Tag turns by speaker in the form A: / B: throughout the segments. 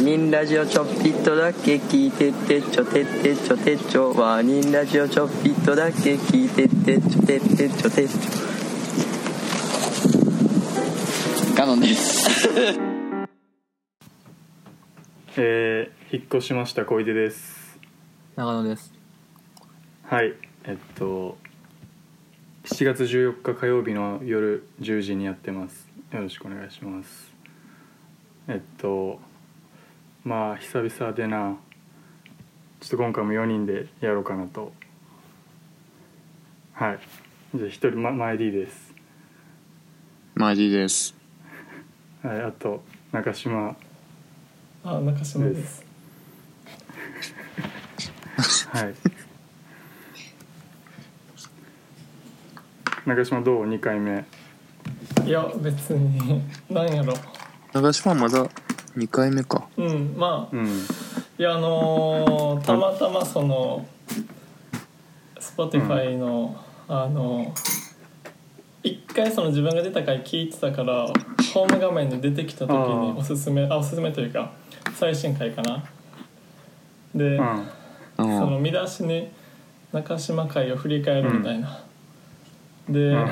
A: 人ラジオちょっぴっとだけ聞いてってちょてってちょてっちょワーニンラジオちょっぴっとだけ聞いてってちょてってちょてっちょ
B: ガノンです
C: えー、引っ越しました小出です
A: 長野です
C: はいえっと7月14日火曜日の夜10時にやってますよろしくお願いしますえっとまあ久々でなちょっと今回も4人でやろうかなとはいじゃあ1人、ま、前 D です
B: マジです
C: はいあと中島
D: あ、中島です。
C: はい中島どう2回目
D: いや、別に、 なんやろ。
B: 長島まだ2回目か
D: うん、まあ、
C: うん
D: いや、あのーたまたまその。Spotify の、あの一回その自分が出た回聞いてたからホーム画面で出てきた時
C: あ
D: に
C: ー
D: おすすめあおすすめというか最新回かなで、
C: うん
B: う
D: その
B: ん
D: 見出しに中島会を振り返るみたいな、で、
C: うん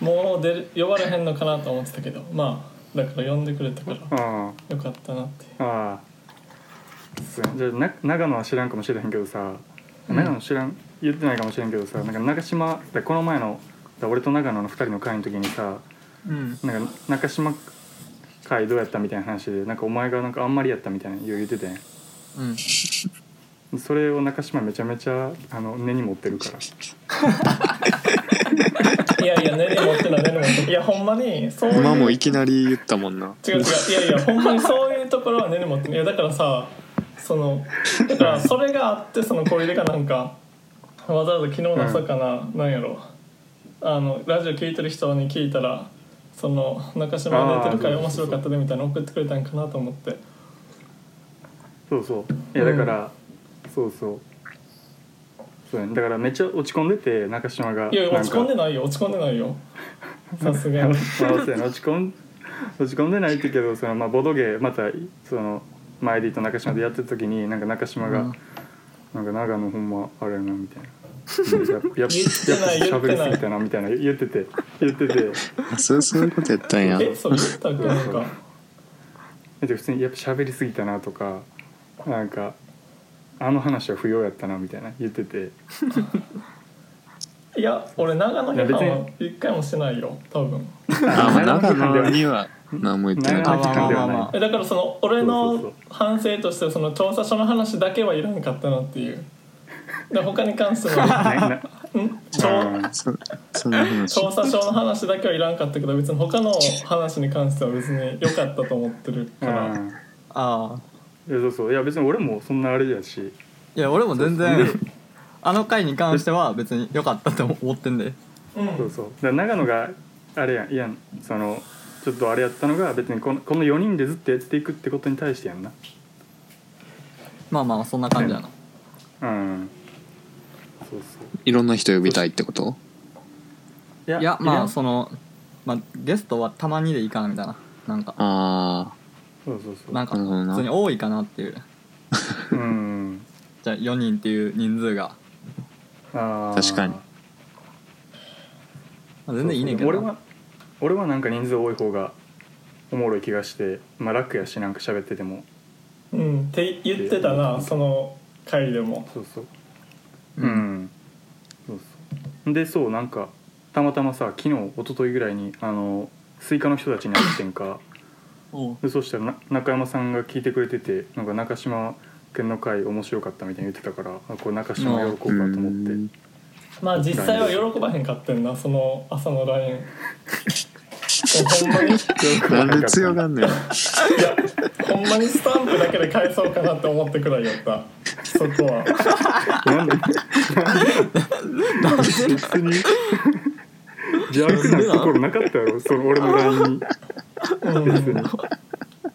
D: もう出る呼ばれへんのかなと思ってたけどまあだから呼んでくれたから
C: あ
D: よかったなっていう
C: あああそうじゃあな長野は知らんかもしれへんけどさ長野知らん、言ってないかもしれんけどさなんか中島だこの前のだ俺と長野の2人の会の時にさ
A: うん
C: なんか中島会どうやったみたいな話でなんかお前がなんかあんまりやったみたいな言う言ってたやん
A: うん
C: それを中島めちゃめちゃあの根に持ってるから
D: いやいや根に持ってない根に持ってないいやほんまにそういう
B: 今もいきなり言ったもんな
D: 違う違ういやいやほんまにそういうところは根に持ってないいやだからさそのだからそれがあってその小出がなんかわざわざ昨日の朝かな、なんやろあのラジオ聞いてる人に聞いたらその中島が出てるから
C: あー
D: 面白かったでみたいなの送ってくれたんかなと思って
C: そうそういやだから、そうそうそうやんだからめっちゃ落ち込んでて中島が
D: いや落ち込んで
C: な
D: ないよ落ち込んでないよさすが
C: ん
D: に
C: かまあそうやな落ち込ん落ち込んでないって言うけどその、まあ、ボドゲまたその前でと中島でやってた時になんか中島が、なんか長野ほんまあれやなみたいな。 やっぱやっぱやっぱ
D: 言ってない言ってない
C: 喋りすぎたなみたいな言ってて言ってて
B: あそうそういうことやったんや
D: えそう言ったっけなんか
C: で普通にやっぱ喋りすぎたなとかなんかあの話は不要やったなみたいな言ってて
D: いや俺長野批判は一回もしてないよ多分
B: あまあ
C: で
B: 長
C: は
B: 野には何も言ってな
C: 長野
B: かっ
C: 期
B: た
C: 間で
A: まあ
C: は
A: まあまあま
C: ない
D: えだからその俺
C: そうそう
D: の
C: そ
D: 反省としてその調査書の話だけはいらんかったなっていうで他に関しては
C: ないな
D: 調
B: そそんな話
D: 調査書の話だけはいらんかったけど別に他の話に関しては別に良かったと思ってる
C: う
D: か
C: ん
D: ら
C: うん
A: ああ
C: いやそうそういや別に俺もそんなあれやし
A: いや俺も全然あの回に関しては別に良かったと思ってんで
D: うん
C: そうそうだから長野があれやんいやんそのちょっとあれやったのが別にこのこの4人でずっとやっていくってことに対してやんな
A: まあまあそんな感じやな
C: うんそうそう
B: いろんな人呼びたいってこと
C: いや
A: いやまあ
C: そ
A: その、まあ、ゲストはたまにでいいかなみたいななんか
B: あ
C: うそうそう
A: なんか
B: なるほどな
A: 普通に多いかなっていう
C: うん
A: じゃあ4人っていう人数が
C: あー
B: 確かに
A: まあ全然いいねんけど
C: そうそう俺は俺はなんか人数多い方がおもろい気がしてまあ楽やしなんか喋ってても
D: うんって言ってたなその回でも
C: そうそううん、そうそうでそうなんかたまたまさ昨日一昨日ぐらいにあのスイカの人たちに会ってんか
A: お
C: でそうしたらな中山さんが聞いてくれててなんか中島君の回面白かったみたいに言ってたからあこれ中島喜ぶわと
B: あう
C: 思って、
B: ん
D: まあ実際は喜ばへんかってんなその朝の LINE ほんまに
B: なんで強が
C: ん
B: んねん
D: いやほんまにスタンプだけで返そうかなって思ってくらいやったそこは
C: なんで 別に邪悪な心なかったやろその俺の LINE に
D: うん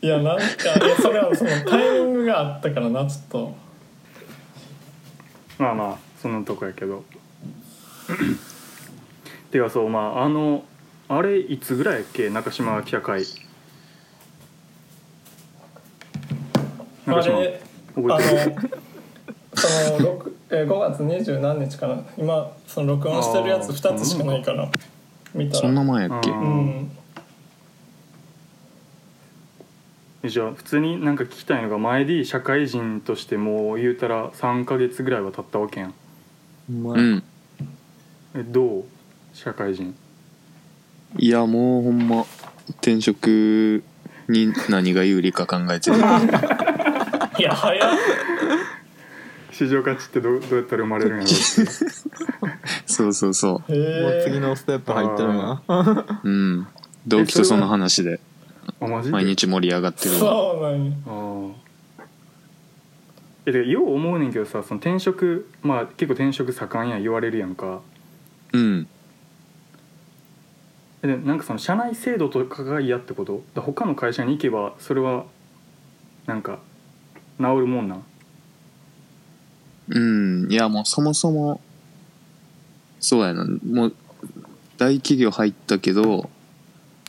D: いやなんかいやそれはそのタイミングがあったからなちょっと
C: まあまあそんなとこやけど てかそうまああのあれいつぐらいやっけ中島記者会なん
D: あ
C: かしも
D: れあ
C: 覚
D: の
C: えてる
D: その六えー5月二十何日かな今その録音してるやつ
C: あー
D: 2つしかないから見た
B: そんな
D: ら
B: 前やっけ
C: う
D: う
C: も
D: ん
C: えじゃあ普通になんか聞きたいのが前 D 社会人としてもう言うたら3ヶ月ぐらいは経ったわけやん
B: うん
C: えどう社会人
B: いやもうほんま転職に何が有利か考えてる
D: いや早っ
C: 市場価値ってどうどうやったら生まれるんやろう って
B: そうそうそ
D: へ
E: もう次
D: え
E: のステップ入ってるな。
B: ううん同期とその話で
C: あマジで
B: 毎日盛り上がってるわ
D: そうなんや
C: あーえてかよう思うねんけどさその転職まあ結構転職盛んやん言われるやんか
B: うん
C: えでなんかその社内制度とかが嫌ってことだ他の会社に行けばそれはなんか治るもんなん
B: うんいやもうそもそもそうやなもう大企業入ったけど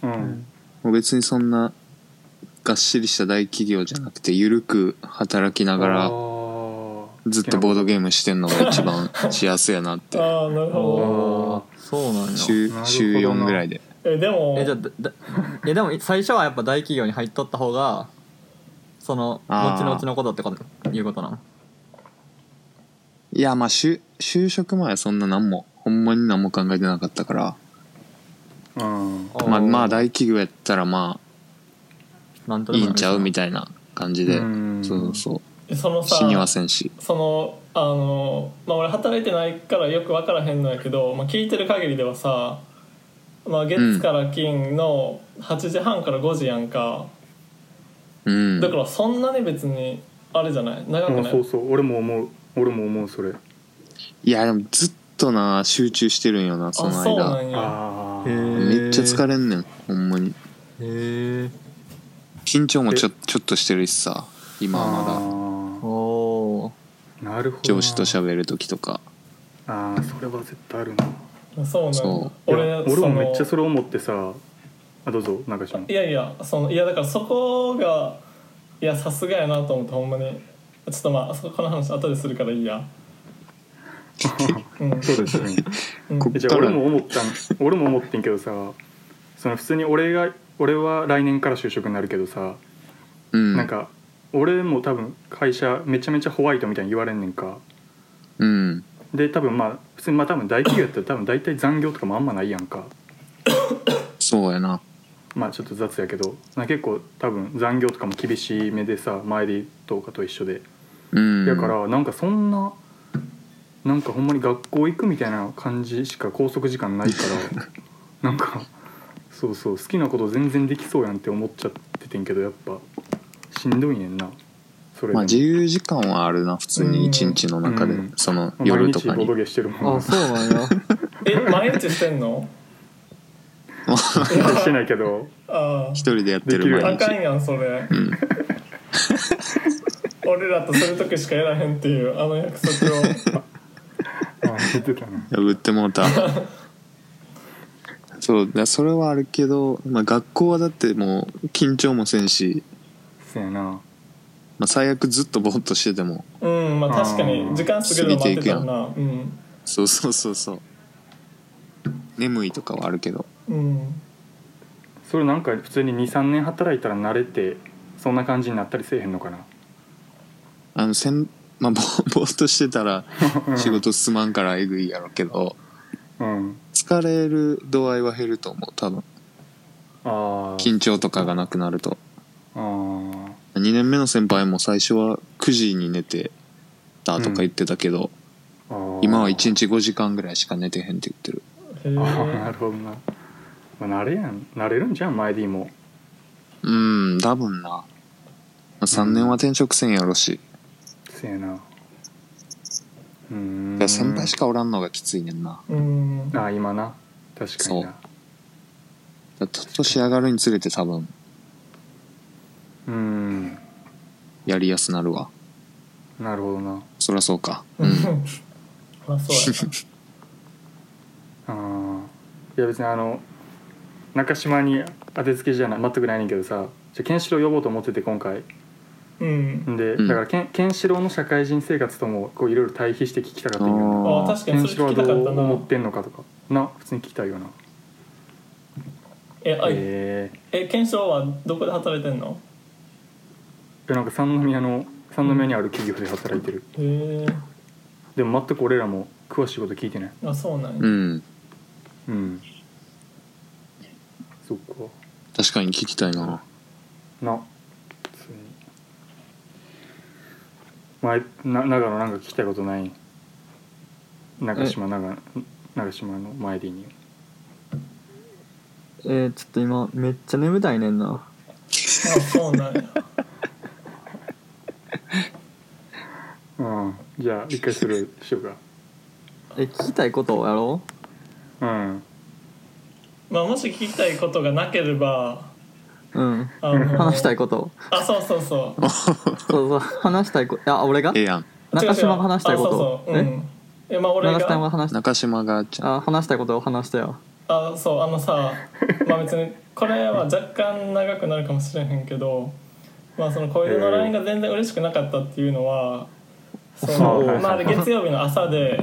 C: うん、
B: もう別にそんながっしりした大企業じゃなくてゆるく働きながらずっとボードゲームしてんのが一番幸せやなっ て
D: ああなるほど
E: お ーそうなんや。
C: なる
B: 週
C: ほどな
B: 週4ぐらいで
D: えでも
E: えじゃあだだえでも最初はやっぱ大企業に入っとった方がその
B: あー
E: 後々のことってこということなの
B: いやまあ就就職前はそんな何もほんまに何も考えてなかったから
C: うん
B: まあまあ
E: だ
B: 大企業やったらま
E: なんと
B: あ
E: で
B: い
E: も
B: いんちゃうみ
E: た
B: たいな感じで
C: うん
B: そうそ
D: その
B: う
D: さ
B: 死にはせんし
D: そのあのまあ俺働いてないからよく分からへんのやけど、まあ、聞いてる限りではさ、まあ、月から金の8時半から5時やんか、
B: うん
D: だからそんなに別にあれじゃない長く
C: あ
D: ない、
C: そうそう俺も思う俺も思うそれ、
B: いやでもずっとな集中してるんよなそ
D: あ
B: の
D: そうな
B: 間
D: んや
C: ああ
E: へー
B: めっちゃ疲れんねんほんまに
E: へえ
B: 緊張もちょちょっとしてるしさ今はまだ
E: おお
C: なるほどな
B: 上司と喋る時とか
C: ああそれは絶対あるな
D: そうなんや
B: そう
C: い
D: 俺
C: や俺も
D: その
C: めっちゃそれ思ってさあどうぞ中島
D: いやいやそのいやだからそこがいやさすがやなと思ってほんまにちょっとまあそこの話後でするからいいや、うん
C: そうですね
D: うん
B: こ
C: え じゃあ俺も思ったん俺も思ってんけどさその普通に俺が俺は来年から就職になるけどさ、
B: うん
C: なんか俺も多分会社めちゃめちゃホワイトみたいに言われんねんか
B: うん
C: で多分まあ普通にまあ多分大企業やったら多分大体残業とかもあんまないやんか
B: そうやな
C: まあちょっと雑やけどなんか結構多分残業とかも厳しめでさ前でとかと一緒で
B: うん
C: だからなんかそんななんかほんまに学校行くみたいな感じしか拘束時間ないから なんかそうそう好きなこと全然できそうやんって思っちゃっててんけどやっぱしんどいねんなそれでも
B: まあ自由時間はあるな普通に一日の中で
C: うん
B: その
C: まあ
B: 夜とか
C: 毎日ボ
B: に
C: ドゲしてるもん
E: あ
C: な
E: そうな んや
D: え毎日してんの
C: してないけ ど
D: ああ
B: 一人でやって
C: でき
B: る
C: る
D: あ
B: 毎
D: か
B: 日
D: んやんそれ、俺らとする時しかやらへんっていうあの約束を
C: あ言ってたな
B: 破ってもう たそうだそれはあるけど、まあ、学校はだってもう緊張もせんし、
C: そうやな
B: まあ、最悪ずっとぼーっとしてても
D: うんまあ確かに時間過ぎるの待って たらなうん
B: そうそうそうそう眠いとかはあるけど
D: うん
C: それなんか普通に23年働いたら慣れてそんな感じになったりせえへんのかな
B: あのせん、まあ、ぼ ぼーっとしてたら 仕事進まんからえぐいやろうけど
C: うん
B: 疲れる度合いは減ると思う多分
C: あー
B: 緊張とかがなくなると
C: あー
B: 2年目の先輩も最初は9時に寝てたとか言ってたけど、
C: あー
B: 今は1日5時間ぐらいしか寝てへんって言ってる
D: へえ
C: あ ーなるほどな、まあ、慣れやん慣れるんじゃん前 D も
B: うん多分な、まあ、3年は転職せんやろし、
C: せやなうーん
B: だから先輩しかおらんのがきついねんな
D: うん
C: あー今な確かにな
B: だから年上がるにつれて多分
C: うーん
B: やりやすなるわ
C: なるほどな
B: そりゃそうか
D: う
B: うんん
D: まあそうや
C: あーいや別にあの中島に当てつけじゃない全くないねんけどさじゃあケンシロウ呼ぼうと思ってて今回
D: うん
C: で
B: うん
C: だからけんケンシロウの社会人生活ともこういろいろ対比して聞きたかったんだよね
D: あ
B: あ
D: 確か
C: ケン
D: に
C: シ
D: そ
C: ロ
D: れ
C: ウ
D: 聞
C: は
D: きた
C: ど
D: かった
C: う
D: な
C: 思ってんのかとかな普通に聞きたいよな
D: えあえ
C: え
D: ケンシロウはどこで働いてんの
C: ー、なんか三宮の三宮にある企業で働いてる、
D: へ
C: でも全く俺らも詳しいこと聞いてない
D: えあそうなんや、
B: うん
C: うんそっか
B: 確かに聞きたいな
C: な普通に前な長野なんか聞きたいことない長島長野長島の前でに
E: えー、ちょっと今めっちゃ眠たいねんな
D: あそうなんや
C: うんじゃあ一回それしようか
E: え聞きたいことをやろ
C: うん
D: まあもし聞きたいことがなければ
E: ううん
D: あの
E: 話したいこと
D: あそうそうそう
E: そうそう話したいことあ俺が
B: ええやん
E: 中島が話したいこと
D: あそうそううんえまあ
E: え
D: 俺
E: 中島が
D: が
E: 話した
B: 中島がちゃん
E: あ話したいことを話したよ
D: あそうあの さまあ別にこれは若干長くなるかもしれへんけどまあその小出の LINE が全然嬉しくなかったっていうのはそ
C: お
D: の
C: ー
D: まああれ月曜日の朝で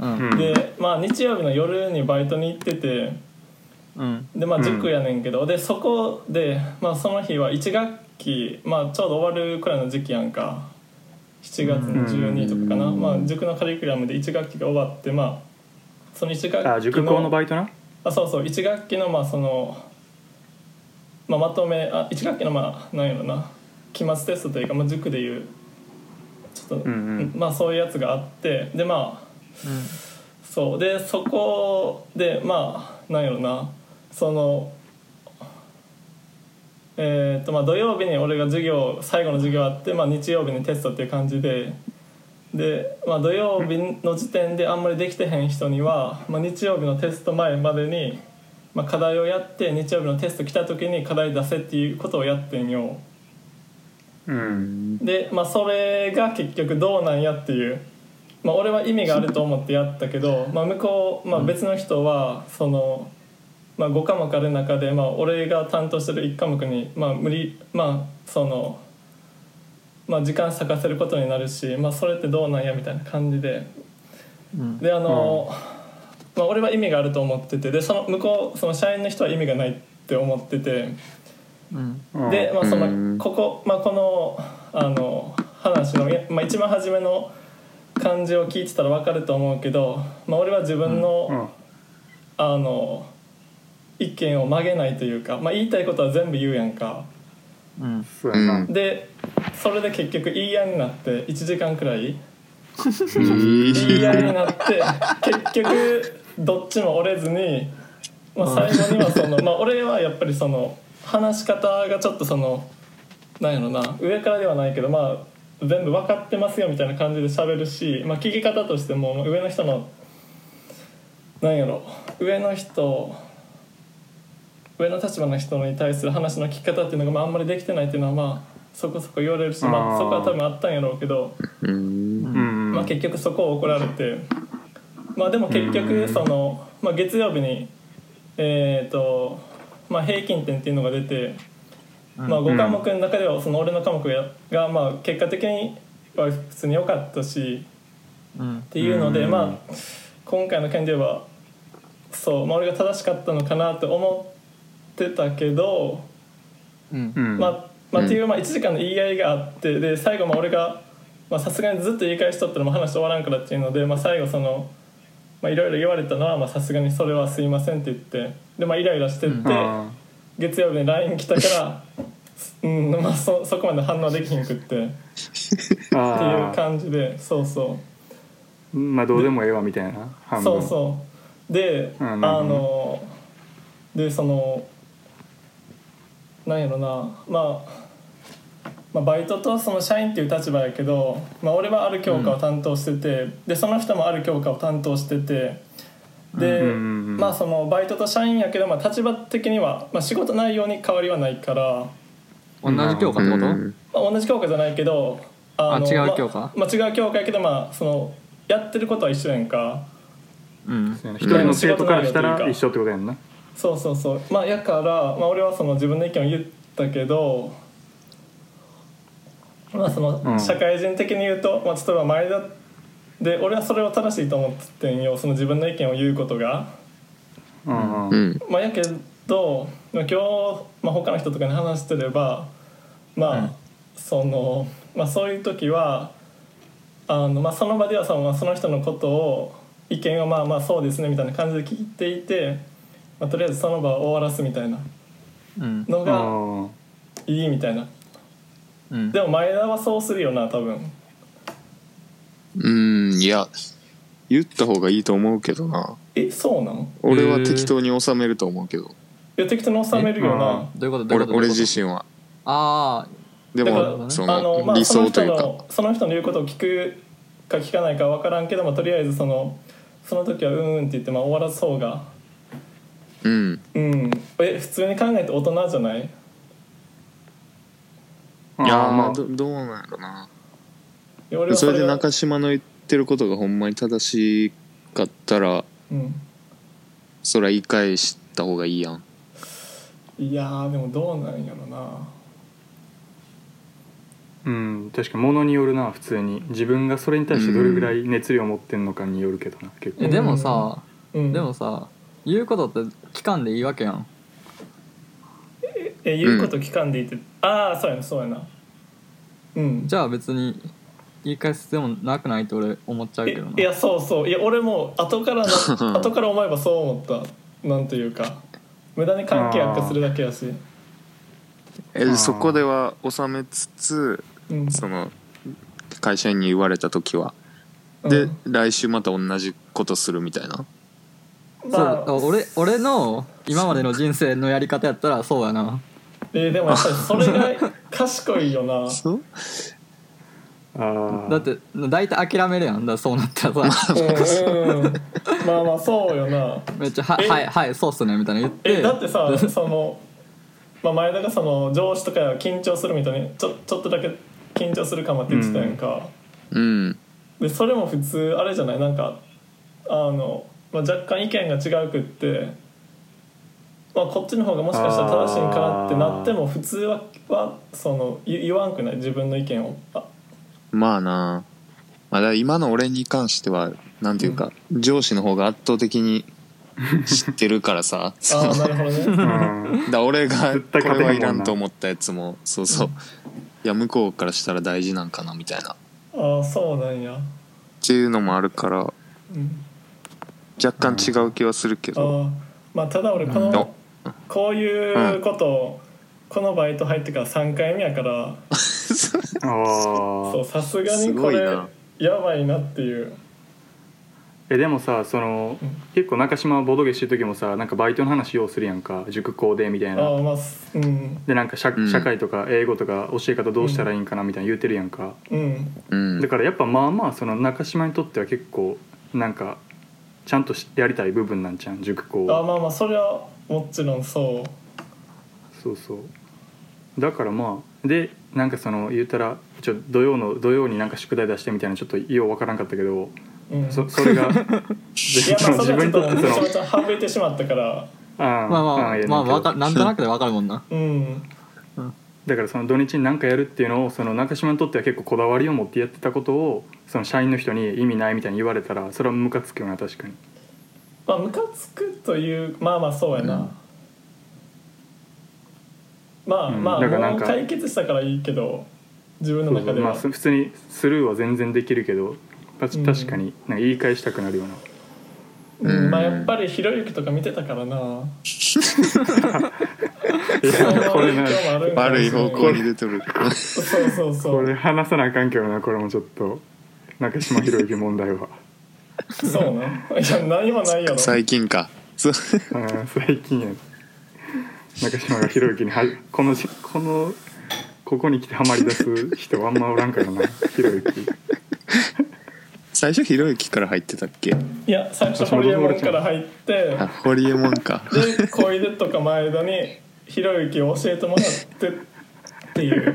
E: うん
C: うん
D: でまあ日曜日の夜にバイトに行ってて
E: うん
D: でまあ塾やねんけど、でそこで、まあ、その日は1学期、まあ、ちょうど終わるくらいの時期やんか7月の12とかかな、まあ、塾のカリキュラムで1学期が終わってまあその1学期の
C: あ塾講のバイトな
D: あそうそう1学期のまあその、まあ、まとめあ1学期のまあなんやろな期末テストというか、まあ、塾でいうちょっと、
C: うんうん
D: まあそういうやつがあってでまあそうでそこでまあなんやろなそのえーとまあ、土曜日に俺が授業最後の授業あって、まあ、日曜日にテストっていう感じでで、まあ、土曜日の時点であんまりできてへん人には、まあ、日曜日のテスト前までに、まあ、課題をやって日曜日のテスト来た時に課題出せっていうことをやってんよ
C: うん
D: で、まあ、それが結局どうなんやっていう、まあ、俺は意味があると思ってやったけ ど、まあ、向こう、まあ、別の人はその、まあ、5科目ある中で、まあ、俺が担当してる1科目に、まあ、無理まあその。まあ、時間咲かせることになるし、まあ、それってどうなんやみたいな感じで
E: うん
D: であの、まあ、俺は意味があると思っててでその向こうその社員の人は意味がないって思ってて
E: うん
C: うん
D: で、まあそ
B: うん
D: のここ、まあ、このあの話の、いやまあ、一番初めの感じを聞いてたら分かると思うけど、まあ、俺は自分の,、
C: うん
D: あの意見を曲げないというか、まあ、言いたいことは全部言うやんか
E: うん
C: そうやな、
B: うん
D: でそれで結局言い合いになって1時間くらい言い合いに
B: え
D: なって結局どっちも折れずに、まあ、最後にはその、まあ、俺はやっぱりその話し方がちょっとそのなんやろな上からではないけどまあ全部分かってますよみたいな感じで喋るし、まあ、聞き方としてもまあ上の人のなんやろ上の人上の立場の人に対する話の聞き方っていうのがまああんまりできてないっていうのはまあそこそこ言われるし、ま
C: あ
D: あ、
C: ー
D: そこは多分あったんやろうけど。
B: うん
C: うん
D: まあ、結局そこを怒られてまあでも結
C: うん
D: 局その、まあ、月曜日にえっ、と、まあ、平均点っていうのが出て、まあ、5科目の中ではその俺の科目やがまあ結果的には普通に良かったし
E: うん
D: っていうので、
C: うん
D: まあ今回の件ではそう、まあ、俺が正しかったのかなと思ってたけど
E: うん
C: うん
D: まあま
B: うん
D: あ、っていうまあ1時間の言い合いがあってで最後まあ俺がまあさすがにずっと言い返しとったらもう話終わらんからっていうので、まあ、最後そのまあいろいろ言われたのはまあさすがにそれはすいませんって言ってでまあイライラしてって、
C: あ
D: 月曜日に LINE 来たから。 うんまあ、そそこまで反応できひんくってっていう
C: ーあー
D: 感じでそうそう
C: まあどうでもええわみたいな半
D: そ
C: 分
D: うそうで、
C: うん
D: あ
C: なるほどね
D: のでそのなんやろな、まあ、まあバイトとその社員っていう立場やけど、まあ、俺はある教科を担当してて、でその人もある教科を担当しててで、
C: うんうんうん
D: まあそのバイトと社員やけど、まあ、立場的には、まあ、仕事内容に変わりはないから、
E: 同じ教科ってこと
B: うん
D: まあ、同じ教科じゃないけど
E: あ
D: の
E: 違う教科
D: まあ、まあ違う教科やけどまあそのやってることは一緒やんか。
E: うん
C: そうやな一人の生徒からしたら一緒ってことやんな
D: そうそうそうまあやから、まあ、俺はその自分の意見を言ったけどまあそ
C: うん
D: の社会人的に言うと、まあ、例えば前田で俺はそれを正しいと思っててんよその自分の意見を言うことが。
C: うんう
B: うんん
D: まあ、やけど、まあ、今日、まあ、他の人とかに話してればまあ、
E: うん
D: その、まあ、そういう時はあの、まあ、その場ではさ、まあ、その人のことを意見をまあまあそうですねみたいな感じで聞いていて、まあ、とりあえずその場を終わらすみたいな
E: うん
D: のが
C: あ
D: いいみたいな、
E: うん
D: でも前田はそうするよな多分
B: うんいや言った方がいいと思うけどな
D: えそうなの
B: 俺は適当に収めると思うけど
D: いや適当に収めるよな
E: どういうことどうい
B: 俺
E: うこと
B: 俺自
E: 身
B: 身は
E: あ
B: で
D: だか
B: も
D: ら
B: そ
D: あの、
B: の
D: まあ、
B: 理想という
D: そ
B: か
D: の人のその人の言うことを聞くか聞かないか分からんけどもとりあえずそのその時はうんうんって言って、まあ、終わらす方が
B: うん
D: うんえ普通に考えて大人じゃない
C: あ
B: いやー
C: ま
B: ま
C: あ
B: あどどうなんやろない
D: や俺は
B: そ
D: そ
B: れ
D: れ
B: で
D: が
B: 中島の言ってることがほんまに正しかったら
D: うん、
B: そりゃ言い返した方がいいやん
D: いやーでもどうなんやろな
C: うん確かに物によるな普通に自分がそれに対してどれぐらい熱量を持ってんのかによるけどな結
E: あえ
C: 構
E: でもさ、
D: うん
E: でもさ言うことって期間でいいわけやん
D: え言うこと聞かんでいいって、ああそうやなそうやなうん
E: じゃあ別に言い返す必要もなくないって俺思っちゃうけど
D: い
E: な
D: やそうそういや俺も後からな後から思えばそう思ったなんというか無駄に関係悪化するだけやし
B: え
C: あー
B: そこでは収めつつ
D: うん
B: その会社員に言われた時は
D: うん
B: で、来週また同じことするみたいな
D: まあ
E: そう俺俺の今までの人生のやり方やったらそうやな
D: えーでもやっぱりそれが賢いよ な
B: そう
C: ああ
E: だって大体諦めるやんだからそうなったらさ
D: うん、うん、まあまあそうよな
E: めっちゃ「は
D: え
E: はいはいそうっすね」みたいな言って
D: えだってさその、まあ、前田がその上司とかが緊張するみたいにちょちょっとだけ緊張するかもって言ってたやんか、
B: うん
D: でそれも普通あれじゃないなんかあの、まあ、若干意見が違うくって、まあ、こっちの方がもしかしたら正しいんかなってなっても普通ははその言言わんくない自分の意見をあ
B: まあなまあ、だから今の俺に関してはなんていうか、上司の方が圧倒的に知ってるからさそ
D: あ
B: の
D: ーなるほどね
C: うん
B: だから俺が
C: 絶
B: こ
C: 対勝てへんもんな
B: れはいらんと思ったやつもそうそういや向こうからしたら大事なんかなみたいなっ
D: ああそうなんや、
B: ていうのもあるから
D: うん
B: 若干違う気はするけど、
D: ああまあただ俺この、
B: の
D: こういうことを、このバイト入ってから3回目やから
C: あー
D: そうさすが
B: す
D: にこ
B: ごい
D: れ
B: な
D: やばいなっていう
C: えでもさその
D: うん
C: 結構中島ボドゲしてる時もさなんかバイトの話ようするやんか塾講でみたい
D: あ
C: な
D: あまあすうん
C: でなんか社,、
B: うん
C: 社会とか英語とか教え方どうしたらいいんかなみたいな言うてるやんか、
D: うん
B: うん
C: だからやっぱまあまあその中島にとっては結構なんかちゃんとしやりたい部分なんじゃん塾講
D: ああまあまあそれはもちろんそう
C: そうそうだからまあでなんかその言うたらちょ土曜の土曜になんか宿題出してみたいなちょっとようわからんかったけど
D: うん、
C: そそれが
D: いやまあそ
C: 自
D: れは
C: 分
D: ちょ
C: に
D: っと
C: とってそ
D: めち
C: の
D: ゃめちゃ省いてしまったから
C: あ
E: まあまあ
C: いや
E: まあ
C: なん
E: わかなんとなくでわかるもんな
D: うん
C: だからその土日に何かやるっていうのをその中島にとっては結構こだわりを持ってやってたことをその社員の人に意味ないみたいに言われたらそれはムカつくよな確かに
D: まあムカつくというまあまあそうやな、
B: うん
D: まあ
C: うん
D: まあ、
C: だからなん
D: もう
C: か
D: 解決したからいいけど自分の
C: そうそ
D: 中
C: う
D: で
C: ま
D: は
C: あす普通にスルーは全然できるけどた
D: うん
C: 確かになんか言い返したくなるような
D: うんまあやっぱりひろゆきとか見てたか らな
C: いやこれな
B: 悪い方向に出てる
D: そうそうそ
C: こ
D: う
C: れ話さなあかんけどなこれもちょっと中島ひろゆき問題は
D: そうなんいや何もないやろ
B: 最近かそう
C: うん最近や中島がひろゆきにはこのじこのここに来てハマり出す人はあんまおらんからなひろゆき
B: 最初ひろゆきから入ってたっけ
D: いや最初ホリエモンから入って
B: あホリエモンか
D: で小出とか前田にひろゆきを教えてもらってっていう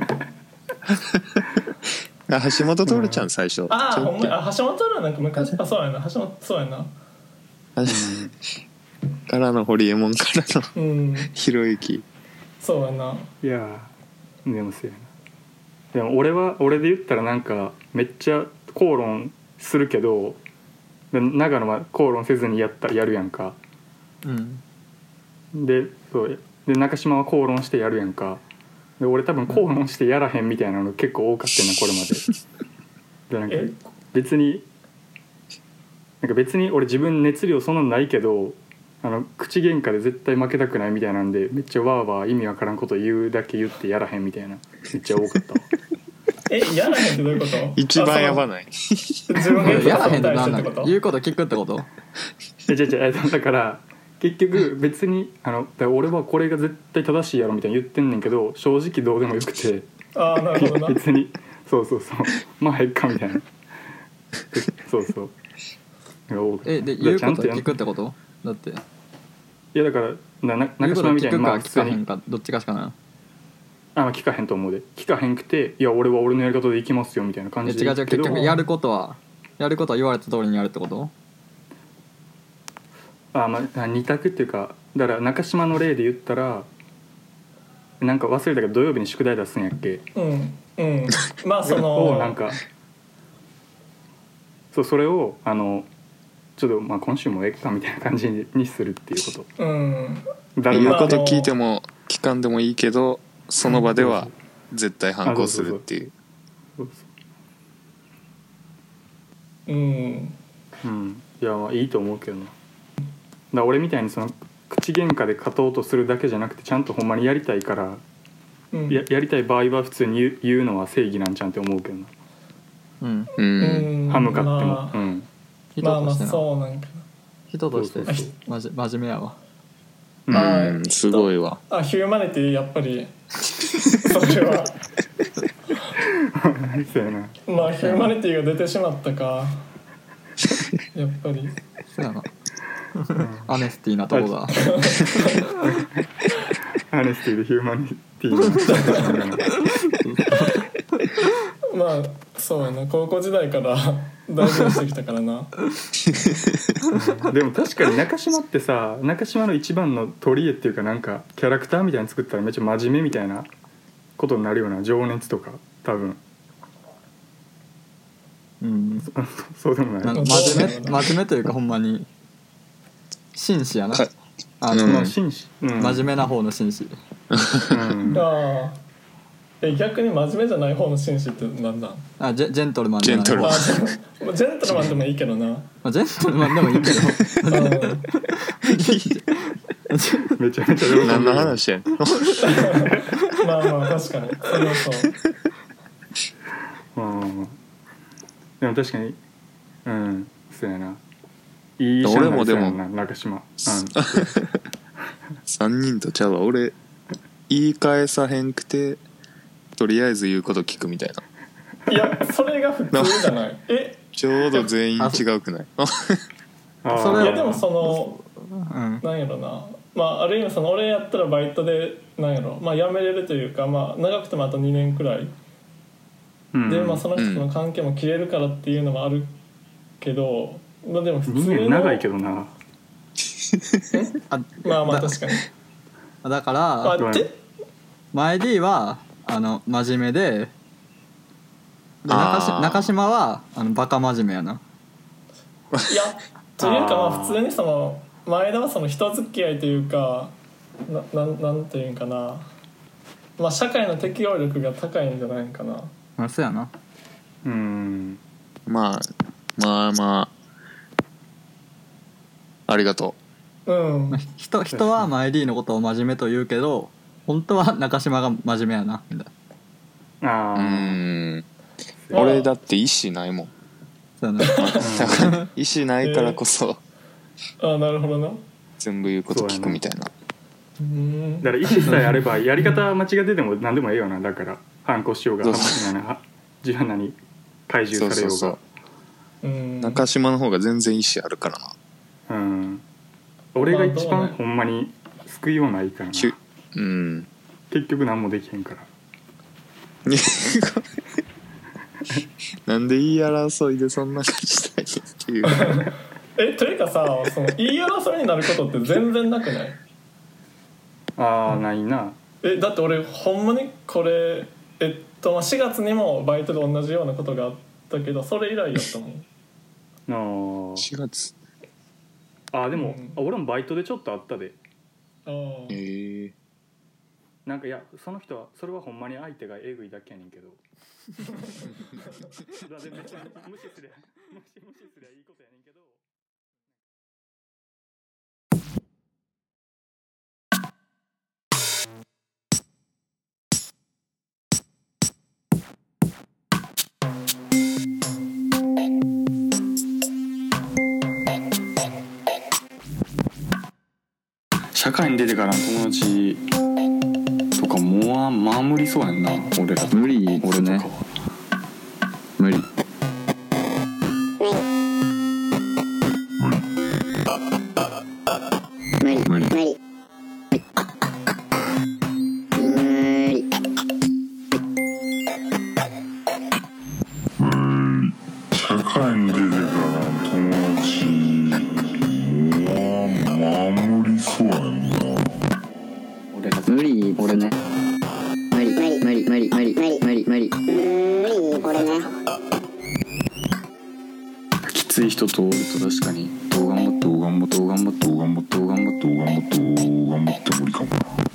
B: あ橋本徹ちゃん最初
D: ああ
B: ちょ
D: ほんまにあ橋本らなんか昔あそうやな橋本そうやな
B: あからのホリエモンからの
D: うん
B: ひろゆき
D: そうやない
C: やーでもそうやでも俺は俺で言ったらなんかめっちゃ口論するけどで長野は口論せずにやったやるやんか
E: うん
C: でそうで中島は口論してやるやんかで俺多分口論してやらへんみたいなの結構多かったよなこれま ででなん
D: え
C: か別になんか別に俺自分熱量そんなのないけどあの口喧嘩で絶対負けたくないみたいなんでめっちゃわーわー意味わからんこと言うだけ言ってやらへんみたいなめっちゃ多か ったわ
D: えやらへんってどういうこと
B: 一番やば
D: い
B: ない
D: 自分が
E: やらへんって
D: 対し
E: なん
D: て
E: だ
D: ってこと
E: 言うこと聞くってこと
C: え違う違うえっとだから結局別にあのだから俺はこれが絶対正しいやろみたいに言ってんねんけど正直どうでもよくて。
D: ああなるほどな
C: 別にそうそうそうまあえっかみたいなそうそうが多かった
E: えで
C: だから
E: 言う
C: ちゃ
E: こ
C: ん
E: と
C: とやん
E: 聞くってことだって
C: いやだからなな
E: 言
C: 中
E: うこ
C: 島
E: と
C: みた
E: 聞
C: いに
E: く
C: ま
E: か
C: あ普
E: 聞
C: 通
E: かへん
C: に
E: かどっちかしかな
C: あ聞かへんと思うで聞かへんくていや俺は俺のやり方でいきますよみたいな感
E: いや
C: じ
E: 違う違う
C: け
E: 結
C: ど
E: 局やることはやることは言われた通りにやるってこと
C: あまあ二択っていうかだから中島の例で言ったらなんか忘れたけど土曜日に宿題出すんやっけ
D: うんうんまあそ
C: を
D: の
C: なんかそうそれをあのちょっとまあ今週もええかみたいな感じににするっていうこ
D: うん
C: とだる
B: 言う
C: ま
B: こと聞いても聞かんでもいいけどその場では絶対反抗するっていう
D: うん
C: うんいやまあいいと思うけどなだから俺みたいにその口喧嘩で勝とうとするだけじゃなくてちゃんとほんまにやりたいから
D: うん
C: ややりたい場合は普通に言う言うのは正義なんちゃうんって思うけどな
E: うん
B: う
D: うんん
C: 歯向かっても、
D: まあ
C: うん
E: 人
D: まあ
E: と
D: まあ
E: してな
D: そうなんか
E: 人として
C: そう
D: そう
E: まじ真面目やわ
B: う
D: あ
B: ん
D: ー
B: すごいわ
D: なあヒューマニティやっぱりそれは
C: そうやな
D: まあヒューマニティが出てしまったかやっぱり
E: そうやな アネスティなとこが
C: アネスティでヒューマニティの
D: まあそうやな高校時代から大事にしてきたからな
C: でも確かに中島ってさ中島の一番の取り柄っていうかなんかキャラクターみたいに作ったらめっちゃ真面目みたいなことになるような情熱とか多分
E: うん
C: そうでもない
E: なんか真面目真面目というかほんまに紳士やな
B: か
E: あの、
B: うん
C: まあ紳士、うん
E: 真面目な方の紳士
C: うん
D: ああえ逆に真面目じゃない方の紳士ってなんなん
E: あジェジェントルマンじゃない
B: ジェントルマ
D: あ
B: ン
D: でもジェントルマンでもいいけどな
E: まあジェントルマンでもいいけど
D: うん
C: めちゃめちゃ喜んでる
B: 何の話やねん
D: まあまあ確かにそれはそう
C: うんでも確かにうんそうやないい
B: 俺もでも
C: 社内そうやな中島、
B: 3人とちゃうわ俺言い返さへんくてとりあえず言うこと聞くみたいない
D: やそれが普通じゃないえ
B: ちょうど全員違うくな
C: う
B: い
C: ん、あー
E: それ
D: い
E: は
D: やでもその
E: うん
D: なんやろなまあある意味その俺やったらバイトでなんやろまあ辞めれるというかまあ長くてもあと2年くらい
C: うん
D: でまあその人との関係も切れるからっていうのもあるけどまあでも普通の
C: 人間長いけどな
E: あ
D: まあまあ確かに
E: だから
D: あ
C: ごめん
D: で
E: 前 D はあの真面目でで中
B: あー
E: 島中島はあのバカ真面目やない
D: やというかま
C: あー
D: あ普通にその前田はその人付き合いというかななんなんていうんかなまあ社会の適応力が高いんじゃないんかな
E: まあそうやな
C: うん
B: まあまあまあありがと
D: うん
E: まあひ人人は前 D のことを真面目と言うけど本当は中島が真面目やなみたいな
C: あ
B: うう
C: ー
B: ん
D: まあ
B: 俺だって意思ないもん
E: そうやな
B: 意思ないからこそ
D: あなるほどな
B: 全部言うこと聞くみたいな
D: うん
C: だから意思さえあればやり方間違ってても何でもええよなだから反抗しようが
B: そう
C: 反抗しようがな自分に怪
B: そ
C: 獣
B: う
C: され
B: そ
C: ようが
B: うそう
D: うん
B: 中島の方が全然意思あるからな
C: うん俺が一
D: ま
C: 番
D: あどうね
C: ほんまに救いようないからな
B: きゅ
C: 結
B: うん
C: 局何もできへんから
B: ねなんで言い争いでそんな感じしたいっていう
D: えというかさその言い争いになることって全然なくない
C: ああないな
D: えだって俺ほんまにこれえとまあ4月にもバイトで同じようなことがあったけどそれ以来やと思う
C: あー
B: 4月
C: あでも、
D: うん
C: あ俺もバイトでちょっとあったで
D: ああ
B: ええ
C: なんかいやその人はそれはほんまに相手がえぐいだけやねんけどだってめっちゃ無視すりゃ無視無視すりゃいいことやねんけど
F: 社会に出てからの友達とかもうまあ無理そうやんな俺ら
G: 無理で
F: 俺と
G: す
F: か
G: ね
F: は
G: 無理無理
H: 無理無理無理
I: 社会に出てから友達は守りそうやんな
F: 俺ら
G: 無理ですね
H: 無理無理無理無理無理無理無理無理俺ね
F: きつい人とおると確かにどう頑張ってもどう頑張ってもどう頑張ってもどう頑張っても
I: どう頑張ってもどう頑張っても無理かもな